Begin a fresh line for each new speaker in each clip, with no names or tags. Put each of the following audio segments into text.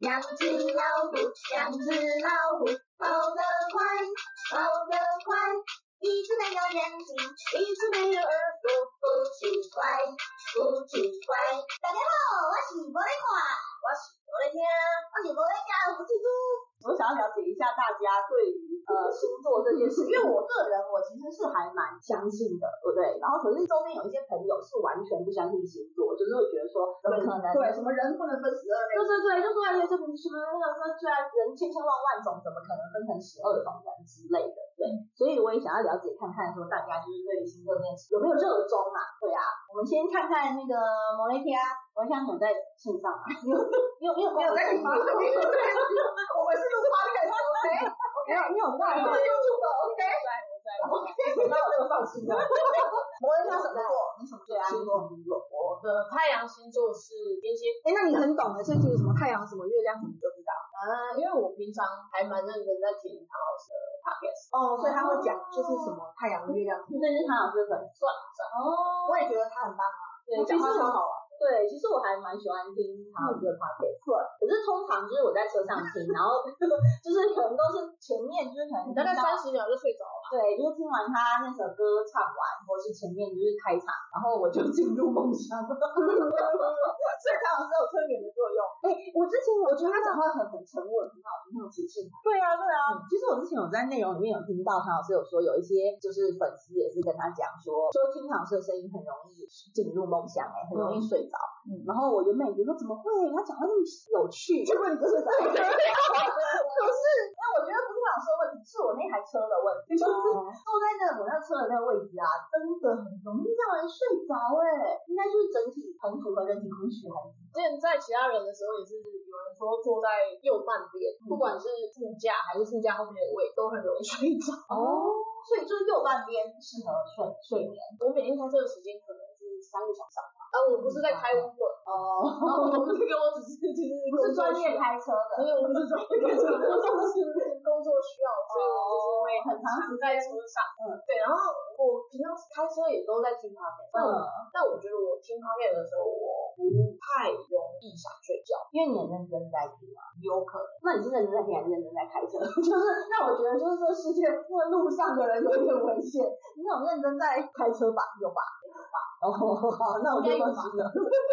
两只老虎，两只老虎，跑得快，跑得快。一只没有眼睛，一只没有耳朵，不奇怪，不奇怪。大家好，我是无咧看，我是无咧听，我是无咧教，我是猪。
我想要了解一下大家对于呃星座这件事，因为我个人我其实是还蛮相信的，对不对？然后可是周边有一些朋友是完全不相信星座，就是会觉得说
怎么可能
对什么人不能分十二类？对对对，就说哎呀，这不是什么那个那虽然人千千万万种，怎么可能分成十二种人之类的？对，所以我也想要了解看看说大家就是对于星座这件事有没有热衷啊？对啊，我们先看看那个摩雷提啊，我想有在线上啊， 你有你有你有
没有在你房间
对，啊我们是录 podcast 没有，你有在吗？
，OK。
那我就放心了。摩人他什么座？你什么最爱星座？
我的太阳星座是天蝎，
哎，那你很懂的，所以其实什么太阳、什么月亮什么都知道。
啊，因为我平常还蛮认真在听唐老师的 podcast，
哦，所以他会讲就是什么太阳、月亮。
这就是他老师粉。
算了算了，
哦，
我也觉得他很棒啊，
对，
讲
其实
话超好玩。
对，其实我还蛮喜欢听唐老师的 podcast，可是通常就是我在车上听，然后 就是可能都是前面就是可能
你大概
听到
三十秒就睡着了吧。
对，就是听完他那首歌唱完，或是前面就是开场，然后我就进入梦乡。 所以唐老师有催眠的作用。
哎，我之前
我
我
觉得他讲话很很沉稳，很好听，很有磁性。
对啊，对啊，
嗯，其实我之前有在内容里面有听到唐老师有说，有一些就是粉丝也是跟他讲说，说听唐老师的声音很容易进入梦乡、哎，很容易睡着。
嗯
然后我原本也觉得说怎么会，他讲话那么有趣，结果你就是在。可是，那我觉得不是老师的问题，是我那台车的问题，就是坐在那我那车的那个位置啊，真的很容易让人睡着哎、应该就是整体很符合人体工学还是
之前在其他人的时候也是有人说坐在右半边，不管是副驾还是副驾后面的位，都很容易睡着。
哦，所以就是右半边适合睡睡眠
我每天开车的时间可能是三个小时吧，啊，我不是在开 Uber，
哦。
然后我不是跟我只是就是
不 是专业
开，
开车
不
的，
是我不是专业开车，我就是工作需要，所以我就是会
很长
常在车上，
嗯，
对，然后我平常开车也都在听 podcast，但我
嗯，
但我觉得我听 podcast 的时候，我不太容易想睡觉，
因为你很认真在听啊，有可能。那你是认真在听还是认真在开车？ 就是，那我觉得就是这个世界这个路上的人有点危险，你有认真在开车吧？有吧？有吧？哦，好，那我就放心了。 所以所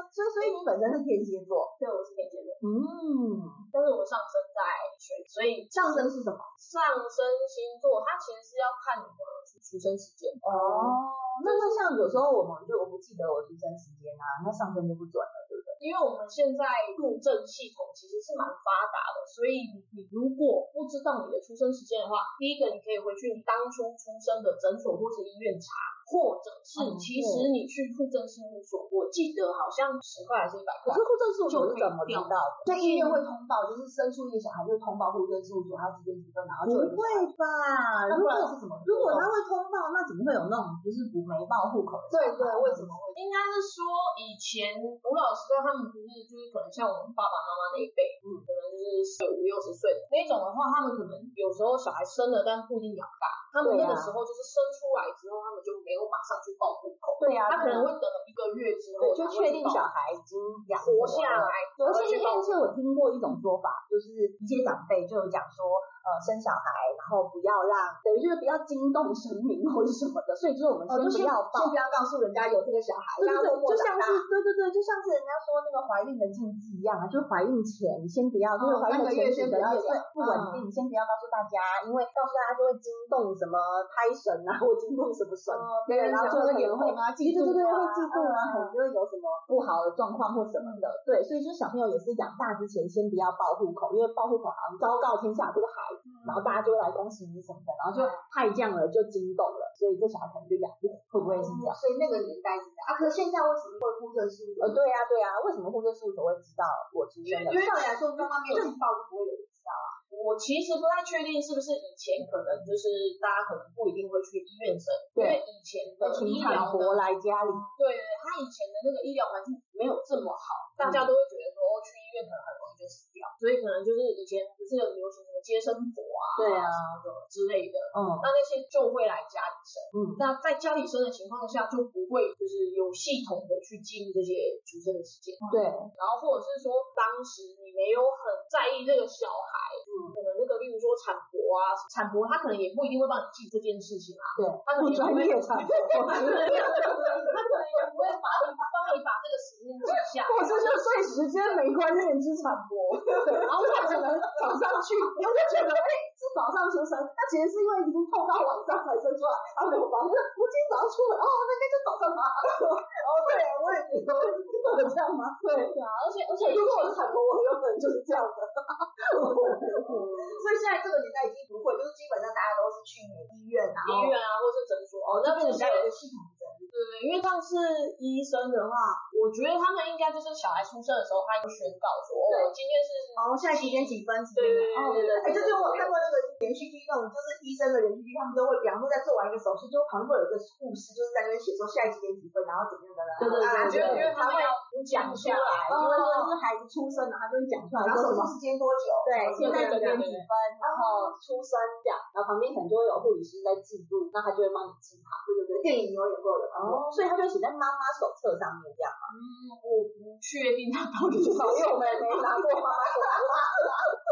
以所以你本身是天蝎座，
对，我是天蝎座，
嗯，
但是我上升在水，所以
上升是什么？
上升星座它其实是要看你的出生时间，
哦，那那像有时候我们就我不记得我出生时间啊，那上升就不准了，对不对？
因为我们现在路政系统其实是蛮发达的，所以你你如果不知道你的出生时间的话，第一个你可以回去你当初出生的诊所或是医院查，或者
嗯
是其实你去户政事务所，我记得好像十块还是一百
可是，
块
户政事务所是怎么知
就可以调
道的？所以医院会通报，就是生出一个小孩就通报户政事务所，他直接提分，然后就有
不会吧？
那
如
不
果
然是什么？
如果他会通报，那怎么会有那种？
就是不没报户口，
对对，为什么会？应该是说以前吴老师他们不是就是可能像我们爸爸妈妈那一辈，嗯，可能就是五六十岁的那种的话，他们可能有时候小孩生了，但不一定养大。他们
对
那
啊
个时候就是生出来之后，他们就没有马上去报户口，
对呀、
他可
会
能会等了一个月之后
对，就确定小
想
孩已经养
活下来
来。。对，而且
然
而
后
且
就
我听过一种说法，就是一些长辈就有讲说，呃，生小孩然后不要让，等于就是不要惊动神明或是什么的，所以就是我们
哦，就
先
先
不要报
先。不要告诉人家有这个小孩，
对
让他默，
对对
默
就
长
像
大
是。对对对，就像是人家说那个怀孕的禁忌一样啊，就是怀孕前先不要，就
哦
是怀孕
那个
的
月
前几
先不嗯
个月
要
对
讲
不稳定，先不要告诉大家，因为告诉大家就会惊动什么胎神啊，或惊动什么神，
哦
对，然后就可能会
啊，嫉
对对
妒
对对，会
啊
嫉妒啊，可能就会有什么不好的状况或什么的，对，所以就是小朋友也是养大之前先不要报户口，因为报户口好像昭告天下这个孩子，然后大家就会来恭喜你什么的，然后就太犟了，就惊动了，所以这小孩可能就养不活，会不会是这样？
嗯所以那个年啊代是这样啊，可是现在为什么会互证事务
呃，对呀、对呀、为什么户政事务所会知道我出生的？
哦因为照理来说，妈妈没有情 报就不会有人知道啊。
我其实不太确定是不是以前可能就是大家可能不一定会去医院生，
对
因为以前的
情
医疗
场
的
活来家里，
对，他以前的那个医疗环境没有这么好，
嗯
大家都会觉得说、哦去医院可能很容易就死掉，所以可能就是以前不是有流行什么接生婆啊，
对啊
什么之类的，
嗯
那那些就会来家里生。
嗯，
那在家里生的情况下，就不会就是有系统的去记录这些出生的时间，
对，
然后或者是说当时你没有很在意这个小孩，嗯，可能那个例如说产婆啊，产婆她可能也不一定会帮你记这件事情啊，
对，
她可
不
能也
专
不会
业场合，
他可能也不会把你帮你把这个时间记下，
我这就是对时间没观念之产婆，
然后
他可能早上去，我就觉得哎、是早上出生，那其实是因为已经碰到晚上才生出来，然后没有发现，我今天早上出门，哦，那应该就早上吧。 哦，对，我也 觉得我这样吗？对。
对啊，而且而且
如果我是产婆，我原本就是这样的。
所以现在这个年代已经不会，就是基本上大家都是去医院啊，
医院啊，或是诊所哦，那
那
这
边人家
些
有一个系统的
对对，因为上次医生的话，我觉得他们应该就是小孩出生的时候，他有宣告说，哦，我今天是
哦，现在几点几分几点？
对对对
哦
对对
哎，就是我看过那个连续剧，那种就是医生的连续剧，他们都会，比方说在做完一个手术，就旁边会有一个护士，就是在那边写说现在几点几分，然后怎么样的啦。
对对对
啊
感
就
觉，因为他们要讲
讲
出
出
来，
来，因为说
嗯
就是孩子出生了，他就会讲出来，然
然后
后
手
手
术
术时间多久？
对，现在几点几分，然后出生这样，然后旁边可能就会有护理师在记录，那他就会帮你记好。
对对对，电影有演过有看过。
哦，所以他就写在妈妈手册上面这样。
嗯，我不确定他到底是
因为我们没拿过妈妈手册，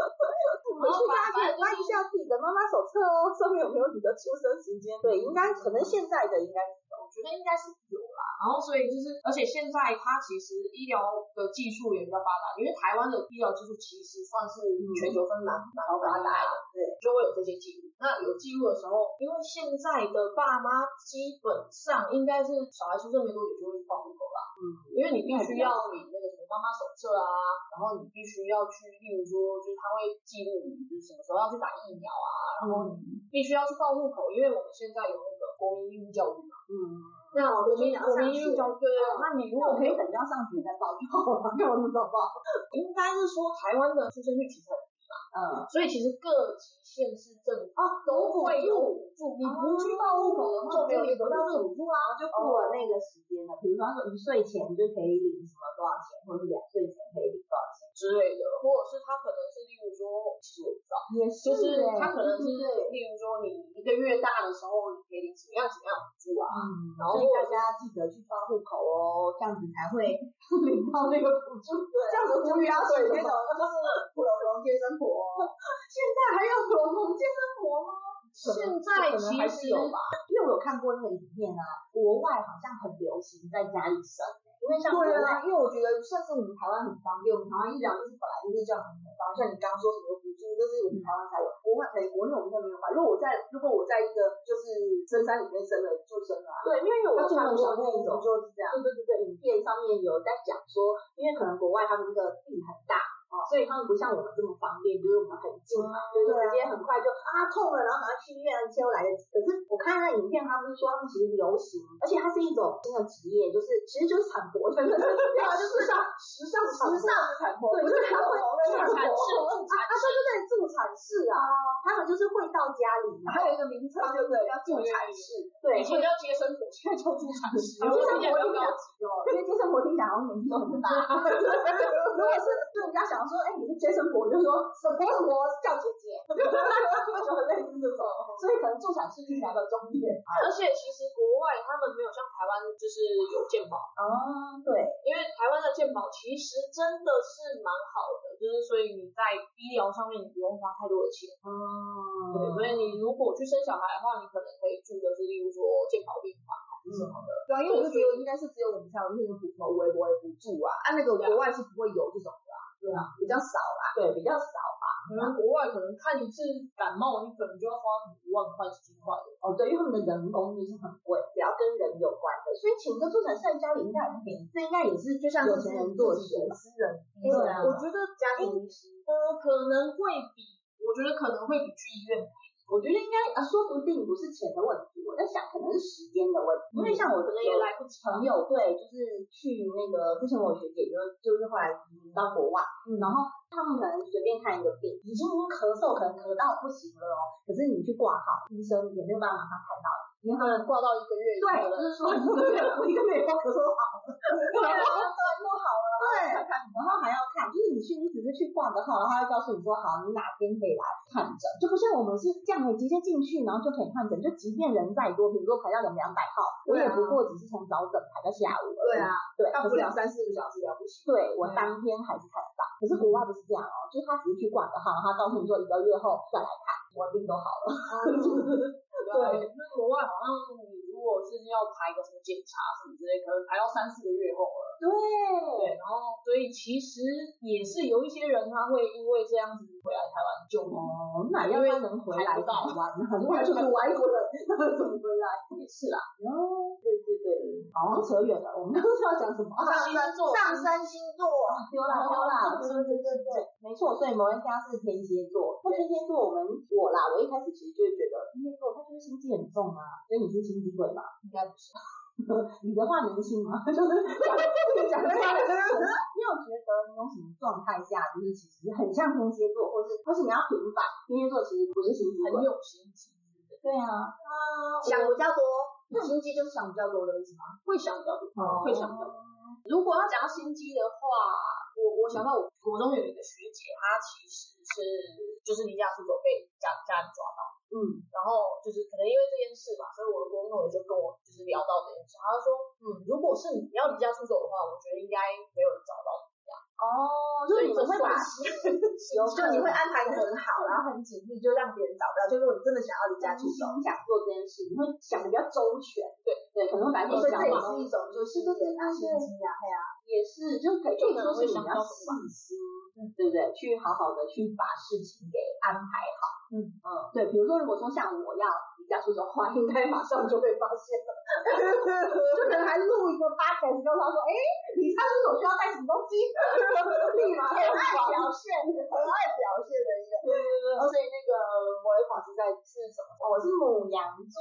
回去大家可以翻一下自己的妈妈手册哦，上面有没有你的出生时间？对，应该可能现在的应该
我觉得应该是有啦。然后所以就是，而且现在它其实医疗的技术也比较发达，因为台湾的医疗技术其实算是全球分蛮蛮嗯发达的，对，就会有这些记录。那有记录的时候，因为现在的爸妈基本上应该是小孩出生没多久就会去报户口啦，嗯，啊因为你必须要领那个什么妈妈手册啊，然后你必须要去，例如说就是他会记录你就是什么时候要去打疫苗啊，然后你必须要去报户口，因为我们现在有那个国民义务教育嘛。
嗯
那我们
民
我们
上学
教对对，对哦那你如果可以，
等到上学再 报就好了，没有那么早报。
应该是说台湾的出生率其实很低，
嗯，
所以其实各级县市政府
哦，
都会有补助，你不去报户口的话，就没有得到这
哦
个补助啦。
啊就过了那个时间了，比如说他说一岁前就可以领什么多少钱，或者是两岁前可以领多少钱，
之类的，或者是他可能是例如说，其实我也不知道，
也是
就是
欸
他可能是
对对对
例如说你一个月大的时候，你可以领什么样什么样的补助啊，
嗯，
然后
所以大家记得去报户口哦，这样子才会领到那个补助。这
这样
样
子
子
就
无
不
语
要
啊，
选那
对
种
那种。
就是普龙龙接生婆，
现在还有普龙同健身婆吗？
现在其
还
实
是有吧，因为我有看过那个影片啊，国外好像很流行在家里生、因为像国
对
外
欸啊，因为我觉得像是我们台湾很方便，我们台湾医疗就是本来就是这样很方便，像你刚刚说什么补助，就是我们台湾才有，国外美国那种应该没有吧？如果我在如果我在一个就是深山里面生了就生了啊，
对，因为我
那中
看
国
过
那
那
一种
种。
就是这样，
对对对对，影片上面有在讲说，因为可能国外他们那个地很大，
哦
所以他们不像我们这么方便，就是我们很近嘛，就是直接很快就啊痛了，然后赶快去医院，一切都来得及。可是我看那影片，他们是说他们其实流行，而且它是一种新的职业，就是其实就是产婆，真的是， 对啊，就是像 时尚
时尚的产婆，
对，就是他 会助
产
产士
士
啊，他说对助产士啊，他们就是会到家里，
还有一个名称对不对？叫助产士，
对，
以前叫接生婆，现在叫助产师，
我觉得
比较
我有
高
点
级。
因为接生婆听起来好像年纪都很大，
如果是就人家想说，哎、你是接生婆，你就说什么什么叫姐姐， 就很类似这种，所以可能助产士听起来比较中年。
而且其实国外他们没有像台湾就是有健保。
哦，对，
因为台湾的健保其实真的是蛮好的，就是所以你在医疗上面你不用花太多的钱，
嗯，
对，所以
哦
你如果去生小孩的话，你可能可以住的是例如说健保病房还是什么的，
对啊，因为我就觉得应该是只有我们才有那种补什么微博补助啊，啊，那个国外是不会有这种的啊，对啊，比较少啦，
对，比较少吧。
可能国外可能看一次感冒，你可能就要花五万块十几块的，
哦，对，因为他们的人工就是很贵，只要跟人有关的，所以请个助产士在家里应该很便宜，这应该也是就像
有
是
钱人
自
做
己
事
的，
私人哎医
对啊
我觉得
家庭医师，
呃可能会比，我觉得可能会比去医院
我觉得应该啊，说不定不是钱的问题，我在想可能是时间的问题，因为像我
可
这个
能也
有
来不及。
朋友对，就是去那个之前我学姐就就是后来移民到国外，嗯，然后他们可能随便看一个病，已经已经咳嗽，可能咳到不行了哦，可是你去挂号，医生也没有办法马上看到你，因为他们
挂到一个月以
对，就
后了，
是说 一个月我一个月以后咳嗽好了，
都好了，
对，然后还要看，就是你去，你只是去挂个号，然后他会告诉你说，好，你哪天可以来看诊，就不像我们是这样，你直接进去，然后就可以看诊，就即便人再多，比如说排到两两百号，我
对
也
啊
不过只是从早诊排到下午而已，
对啊，
对，
到
可
不
是
了三四个小时了不起，
对我
对啊
当天还是看得到，可是国外不是这样哦，就是他只是去挂个号，他告诉你说一个月后再来看，我病都好了。
嗯
对，那国外好像你如果是要排个什么检查什么之类，可能排到三四个月后了。
对，
对，然后所以其实也是有一些人他会因为这样子回来台湾就医，
哦，那要不然能回来
还不
台
到
湾 啊？很
我
多人
就是外国人，那怎么回来？
也是啦。
哦，对对对，好像扯远了，我们刚刚是要讲什么？
上升座
上升星座，
丢啦丢啦，
对对对对对，
没错，所以摩人家是天蝎座。那天蝎座，我们我啦，我一开始其实就会觉得天蝎座他就是心机很重啊，所以你是心机鬼嘛？
应该不是。
你的话能信吗？ 就是讲这个讲 出来的时候，你有觉得你有什么状态下，就是其实很像天蝎座，或是或是你要平反，天蝎座其实不是心机
很
鬼。
有心机，
对啊，
想比较多，心机就是想比较多的意思吗？
会想比较多，
哦
会想比较多。如果要讲到心机的话，我我想到我国中有一个学姐，她其实是就是离家出走被家家人抓到，
嗯，
然后就是可能因为这件事吧，所以我的国中同学就跟我就是聊到这件事，他就说，嗯，如果是你要离家出走的话，我觉得应该没有人找到你，啊
哦，就是你们会把
有
就你会安排的很好，然后很紧密，就让别人找不到。就如果你真的想要离家出走，
心想做这件事，你会想的比较周全。
对
对，可能会把你
所以
想
这也
法
是一种就是啊，心机啊，对 啊，
也是，就是可以
就
可以
可
说
能会
是你
想
比
到
较
什么
细心，对不对？去好好的去把事情给安排好。
嗯
嗯，对，比如说如果说像我要离家出走的话，应该马上就被发现了，就可能还录一个 podcast，跟他说，哎，离家出走需要带什么东西， 立马
很
就
爱
发
表现，很爱表现的一个。
哦，所以那个魔力法是在是什么？
我是母羊座，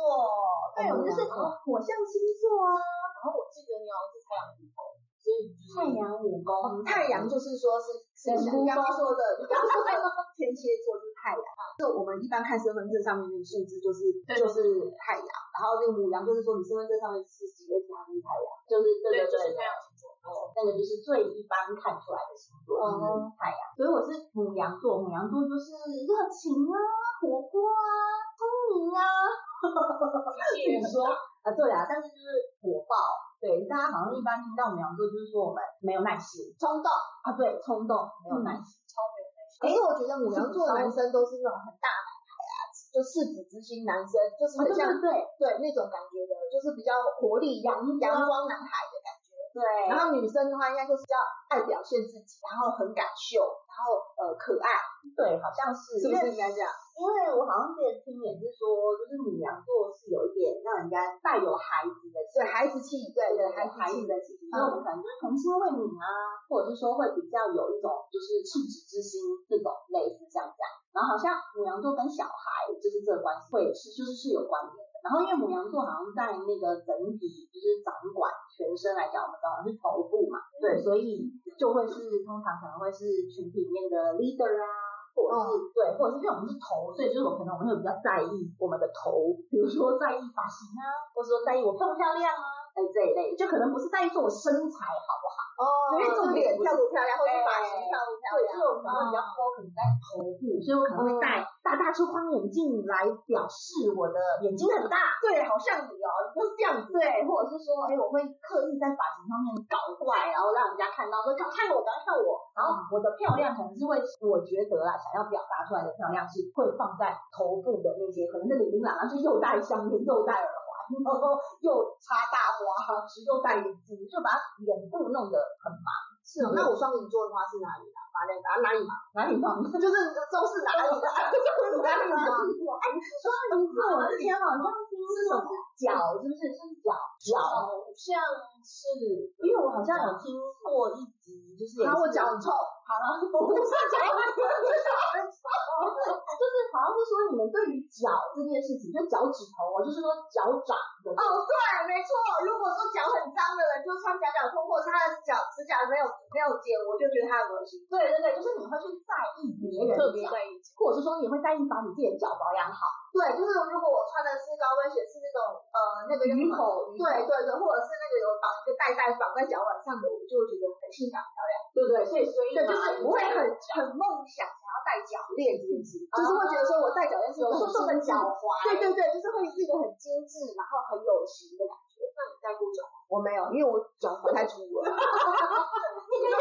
对，我就是火象星座啊。
然后我记得你好像是太阳女后，所以就是
太阳武功，
太阳就是说是是
人
你
工
刚刚说的，你刚刚说的天蝎座就是太阳，啊就我们一般看身份证上面那个数字就是
对
就是太阳，然后那个母羊就是说你身份证上面是几月几号就是太阳，
就是对
对，
对对
就是太阳星座，
那个就是最一般看出来的星座，就是太阳。所以我是母羊座，母羊座就是热情啊、活泼啊、聪明啊。
你也很
啊，
大，
对啊，但是就是火爆。对，大家好像一般听到母羊座就是说我们没有耐心
冲动。
啊，对，冲动没有耐心。
超没有耐心。
可是我觉得母羊座的男生都是那种很大男孩啊，就赤子之心男生，就是
啊
很
对
像
对对
对那种感觉的，就是比较活力阳阳光男孩的感觉。
对，
然后女生的话，应该就是比较爱表现自己，然后很敢秀，然后呃可爱，
对，好像是，
是不
因为
是应该这样？
因为我好像之前听也是说，就是母羊座是有一点让人家带有孩子的气
对，孩子气，对对，孩子
孩孩
气
子。的气息，所以我们可能就是童心未泯啊，或者是说会比较有一种就是赤子之心这种类似像这样。然后好像母羊座跟小孩就是这个关系会是就是是有关联的。然后因为母羊座好像在那个整体就是掌管全身来讲，我们知道是头部嘛，对，所以就会是通常可能会是群体里面的 leader 啊。或者是、对，或者是因为我们是头，所以就是我可能我们会比较在意我们的头，比如说在意发型啊，或者说在意我漂不漂亮啊，哎这一类，就可能不是在意说我身材好不好，
哦，
因为重点不是
漂不漂亮，或者是发型
对
漂不漂
对，
亮
所以，我可能会比较 focus 在头部，所以我可能会戴大大粗框眼镜来表示我的眼睛很大，
对，好像你哦，你就是这样子。
对，或者是说，哎，我会刻意在发型上面搞怪，然后让人家看到说，赶快看我，赶快看我，然后我的漂亮可能是会，我觉得啦，想要表达出来的漂亮是会放在头部的那些，可能是零零琅琅，就又戴项链，又戴耳环。然后又插大花，又戴眼镜，就把脸部弄得很忙。
是哦，那我双鱼座的话是哪里啊？马来啊，哪里嘛？
哪里忙？
就是都是哪里的？就是哪里嘛？
哎，双鱼座，我之前好像听说是脚，是不是？是脚脚，
好像是
因为我好像有听过一集，就是也
然后我
是
脚很臭，
好了，我不是讲，就是就是好像是说你们对于脚这件事情，就脚趾头，我就是说脚掌的
哦，对，没错。如果说脚很脏的人，就穿夹脚拖，或者是他的脚指甲没有没有剪，我就觉得他很恶心。
对对对，就是你会去在
嗯
意别人
特
的
别
脚，
在意
或者是说你会在意把你自己的脚保养好，
对，就是如果我穿的是高跟鞋，是那种呃那个叫什
鱼
么
口，
对对对，或者是那个有绑一个带带绑在脚腕上的，我就会觉得很性感。
对不对？所以所以
对，就
嘛
是不会很很梦想想要戴脚链这件事，就是会觉得说我戴脚链是有
有
很
瘦瘦的
精致
脚踝，
对对对，就是会是一个很精致，然后很有型的感觉。那你戴过脚吗？ 我没有，因为我脚踝太粗了。
你可以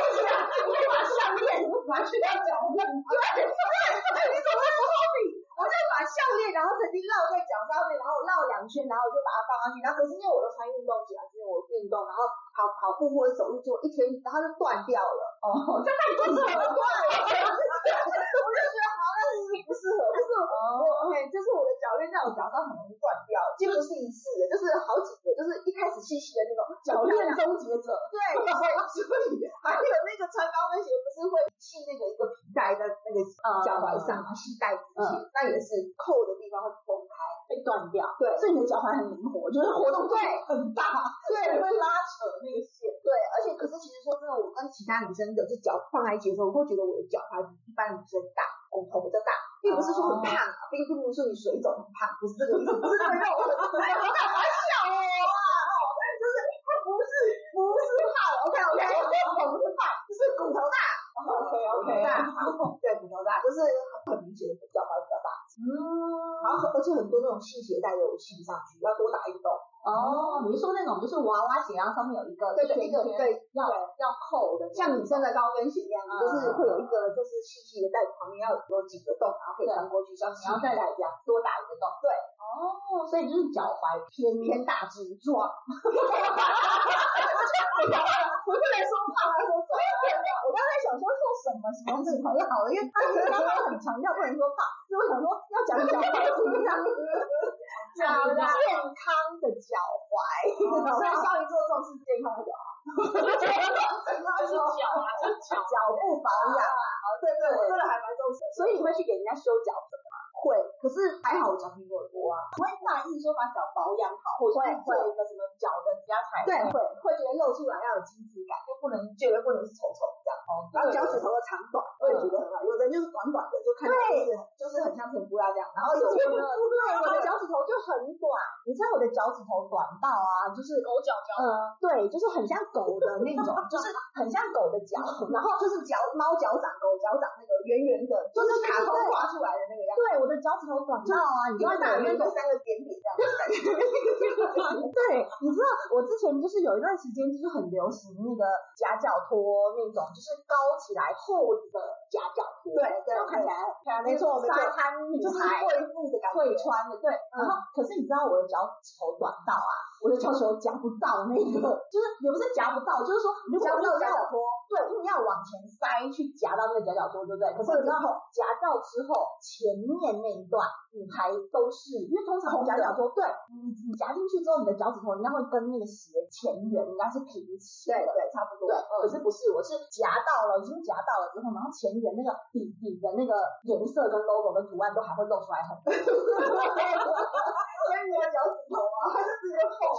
把项链，
拿去到脚上，而且说话，哎，你怎么 会不后你？我就把项链，然后曾经绕在脚上面，然后绕两圈，然后我就把它放上去。然后可是因为我都穿运动鞋，就是我运动，然后跑跑步或者走路，结果一天，然后就断掉了。哦，这太不合了，我就觉得好像是不适合，就是我嘿，就是我的脚链在我脚上很容易断掉，这不是一次的，就是好几个，就是一开始细细的那种脚链
终结者，
对，所以所以还有那个穿高跟鞋不是会系那个一个皮带在那个脚踝上嘛，系带子鞋，那也是扣的地方会崩开，
被断掉。
对
所以你的脚踝很灵活，就是活动
对
很大，
对
会拉扯那个线。
对，而且可是其实说真的，我跟其他女生的就脚放在一起的时候，我会觉得我的脚踝比一般女生大，我头比较大，并不是说很胖啊，并不是说你水肿很胖，不是这个意思，不是这个肉很大，我开玩笑哦，就是它不是不是胖，OK OK，我不是胖，是骨头大
OK
大，对骨头大，就是很明显的脚踝比较大，
嗯，
然后而且很多那种系鞋带的我系不上去，要多打一个洞，
哦，你是说那种就是娃娃鞋，然后上面有一个
对对一
圈
个
圈
对
要
对
要扣的那种，
像女生的高跟鞋一样，就是会有一个就是细细的带子，旁边要有几个洞，然后可以穿过去，像
然后再
带这样。
多打一个洞。
对，
哦，所以就是脚踝偏偏大只壮，
不是说胖啊，说壮。我刚才想说说什么形容词才好了，因为他觉得刚刚很强调不能说胖，所以我想说要讲脚踝怎么样，
脚的
健康的脚踝。所以上一座重视健康的脚踝，整个
是
说
脚啊，是脚。
脚部保养啊，对对，我真的还蛮重视的。
所以你会去给人家修脚的吗？
会，可是还好我脚皮没有多啊。
不会在意说把脚保养好，或者
会
是做一个什么脚的加彩。
对，会会觉得露出来要有精致感，就不能绝对不能是丑丑这样。然后脚趾头的长短，我也觉得很好，有人就是短短的，就看起来就是就是很像甜不辣这样。然后有
对
的对，我的脚
脚趾头就很短，你知道我的脚趾头短到啊，就是
狗脚脚，
呃，对，就是很像狗的那种， 就是很像狗的脚，
然后就是脚猫脚掌、狗脚掌那个圆圆的，就是卡通画出来的那个样子。
对，我的脚趾头短到啊，
因
你知道
为大
有
约
那
就
个
三个点点这样子，
对，你知道我之前就是有一段时间就是很流行那个夹脚拖那种，就是高起来厚的夹脚拖，
对对
然后看起来很漂亮，
没错没错
沙滩女
就是
孩
贵妇的感觉
会。穿的，对。
嗯
然后可是你知道我的脚趾头短到啊，我的脚趾头夹不到那个， 就是也不是夹不到，就是说如果
夹不到
硬
夹
要
脚拖，
对，硬要往前塞去夹到那个夹脚拖，对不对？可是你知道夹到之后，前面那一段你还都是，因为通常夹脚拖，对你你夹进去之后，你的脚趾头应该会跟那个鞋前缘应该是平齐
对
的。
对，差不多。
对，可是不是，我是夹到了，已经夹到了之后，然后前缘那个底底的那个颜色跟 logo 跟图案都还会露出来很多，
所以我的脚趾头啊，它就直接碰。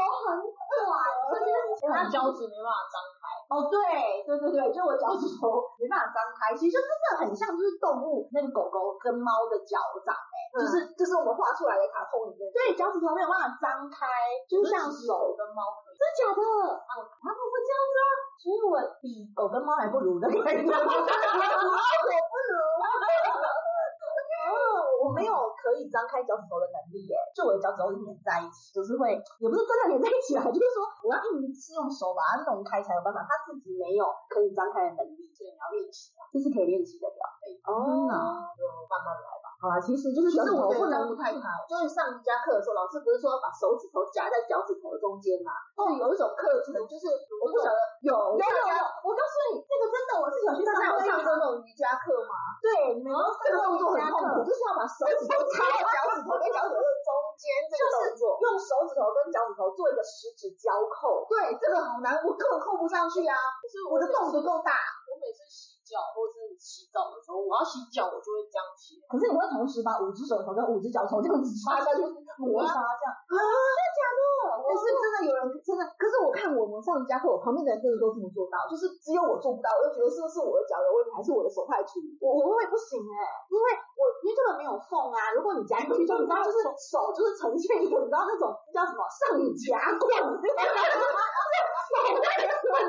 这就是
它脚趾没办法张开，
哦，对对对对，就我脚趾头没办法张开，其实就真的很像就是动物那个狗狗跟猫的脚掌，哎
就
就是
就是我们画出来的卡通里面，
对，脚趾头没有办法张开，就是
嗯
像手跟猫可以，真的假的？啊，他们会这样子啊？所以我比狗跟猫还不如的感觉。 哦，我没有可以张开脚趾头的能力耶，就我的脚趾头是粘在一起，就是会也不是真的粘在一起啦， 就是说我要硬是用手把它弄开才有办法，它自己没有可以张开的能力，所以你要练习啊，这是可以练习的表妹。哦，
就慢慢来吧。
好啦，其实就是
其
脚
实
趾
我
头
觉得
不能
不太开，就是上瑜伽课的时候，老师不是说要把手指头夹在脚趾头中间嘛？就是有一种课程，就是我不晓得有
哦有有
大
有
家，
我告诉你，这个真的我是有去
大家有上
上
过那种瑜伽课吗？哦
对，你们
这
有
个
上
动
过
作
瑜
很
伽
痛苦，
课，
就是要把手指头插到脚趾头跟脚趾头的中间，这个动作。
用手指头跟脚趾头做一个十指交扣。
对，这个好难，我根本扣不上去啊！
可是
我的洞不够大，
我每次洗脚或是洗澡的时候，我要洗脚，我就会这样洗。
可是你会同时把五只手头跟五只脚头这样子插下去摩擦，这样
但是真的有人真的，可是我看我们上瑜伽课，我旁边的人真的都这么做到，就是只有我做不到，我就觉得是不是我的脚有问题，还是我的手太粗？
我我会不行
欸
哎、因为我因为这个没有缝啊。如果你夹进 去，就你知道就是手就是呈现一个你知道那种叫什么上夹 棍，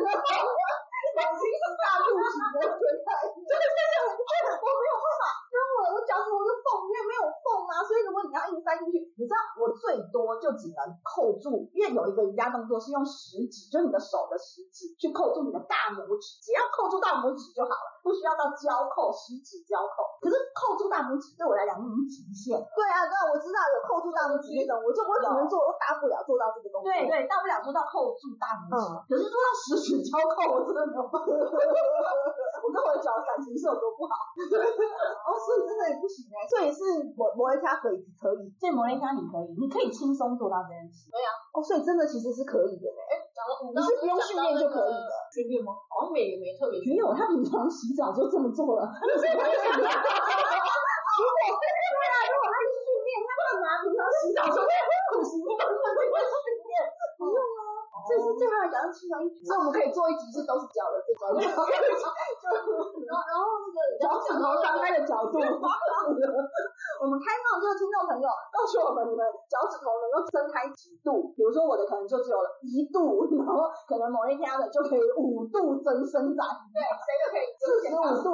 感情是大肚子的，真的真的，我没有办法，因为我我脚趾头就缝，因为没有缝啊，所以如果你要硬塞进去，
你知道我最多就只能扣住，因为有一个瑜伽动作是用食指，就是你的手的食指去扣住你的大拇指，只要扣住大拇指就好了，不需要到交扣，食指交扣。可是扣住大拇指对我来讲已经极限了。
对啊，对啊，我知道有扣住大拇指那种，我就我只能做，我大不了做到这个动作。
对对，大不了做到扣住大拇指，
嗯
可是做到食指交扣，我真的没有 办法。
我跟我的脚的感情是有多不好？哦，所以真的也不行哎，所以是摩摩一下可以可以
所以摩雷香你可以，你可以轻松做到这件事。
哦，所以真的其实是可以的嘞，
哎，讲到你
你是不用训练就可以的。。
训练吗？好像没没特别
没有，他平常洗澡就这么做了。
平常洗澡就不行，不用啊。这是这样讲，起床一，所以我们可以做一集是都是脚的这种，
然后然后那个
脚趾头张开的角度。嗯我们开放就是听众朋友，告诉我们你们脚趾头能够伸开几度？比如说我的可能就只有一度，然后可能某一天的就可以五度增伸展，
对谁都可以
四十五度。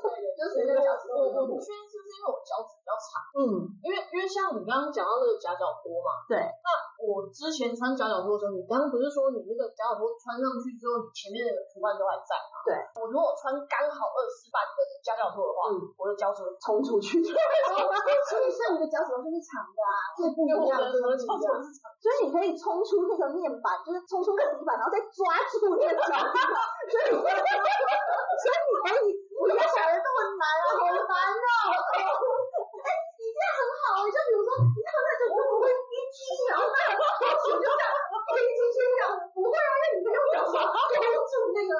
对对，就是谁的脚趾头。我不确定是不是因为我脚趾比较长，
嗯，
因为因为像你刚刚讲到那个夹脚拖嘛，
对，
那我之前穿夹脚拖的时候，你刚刚不是说你那个夹脚拖穿上去之后，你前面的图案都还在吗？
对，
我如果穿刚好二四半的夹脚拖的话，
嗯
我的脚 趾会
冲出去。嗯
所以像你的脚趾头就是长的啊，
最不一
因为我
样，
的
真的不一样。
脚趾 头是长
所以你可以冲出那个面板，就是冲出那个底板，然后再抓住那个脚底板。所以，所以你可以，不要想的这么难啊，好难 啊！哎，你这样很好啊，就比如说，你看那种我不会一踢，然后再我手就这样推进去这样，不会啊，那你可以用脚抓住那个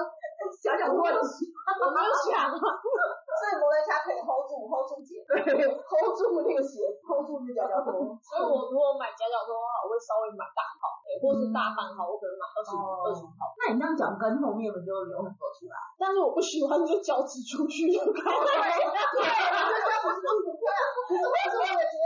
小小的位置。
我没有想啊，
所以摩雷虾可以 hold 住，hold 住姐，hold 住那个鞋，hold 住那脚脚头。
所以我如果买夹脚拖的话，我会稍微买大号，欸或是大半号，我可能买二十五、二十 号。
那你这样脚跟后面不就有很多出来？
但是我不喜欢这脚趾出去就开
对，对，我觉得这不是重点，不是不是我觉得脚趾是长的，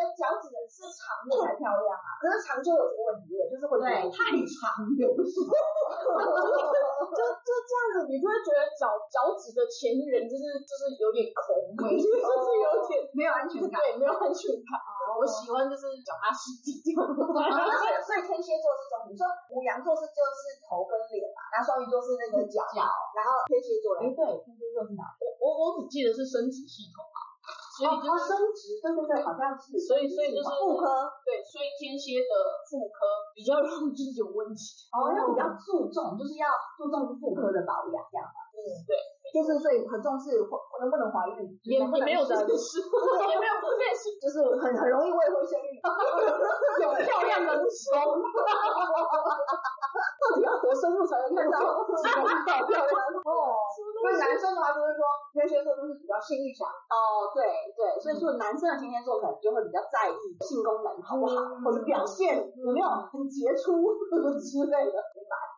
才漂亮啊。可是长就有这个问题了，就是会
对，
就
太长也不行。
就就这样子，你就会觉得脚脚趾的前缘就是就是有点空位，就是有点
没有安全感。
对没有安全感。我喜欢就是脚踏实地这样。
而且所以天蝎座是中，你说母羊座是就是头跟脸嘛，然后双鱼座是那个脚，然后天蝎座
哎，
嘞，
对，天蝎座是哪？
我我我只记得是生殖系统啊，所
哦
以就是、
生殖，对对对，好像是。
所以所以就是
哦妇科，
对，所以天蝎的妇科比较容易有问题。
哦，要比较注重，就是要注重妇科的保养，这样。
嗯，
对，
就是所以很重视能不能怀孕，
也
能不能
也没有这
生
件事，也没有这件事。
就是很很容易未婚先孕， 有漂亮的胸，到底要多深入才能看到几公分漂亮？哦，那男生的话就是说，天蝎座就是比较性欲强，
哦，对对，所以说男生的天蝎座可能就会比较在意性功能好不好，
嗯
或者表现有没有很杰出 之类的。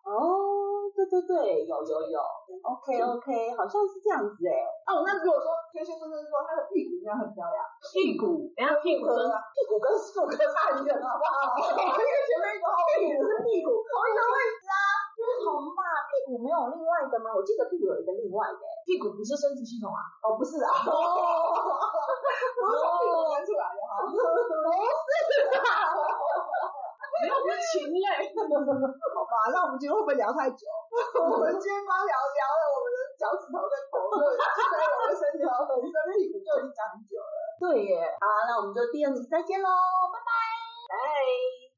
哦，对对对，有有有，OK OK，好像是这样子哎。
哦，那如果说天蝎座就是说他的屁股应该很漂亮，
屁股，等一下屁股真的
屁股跟腹跟差很远，好不好？因为前面一个啊 屁股是屁股，同一个位置啊，
不同吧？屁股没有另外的吗？我记得屁股有一个另外的欸。
屁股不是生殖系统啊，
哦，不是啊，哦，我是从屁股伸出来的哈，
没有是前嘞。
好吧，那我们今天会不会聊太 久？我们今天光聊聊了我们的脚趾头跟头论，还有我们身体和我们身屁股就已经讲很久了。
对耶，好啊，那我们就第二集再见喽，拜拜。拜。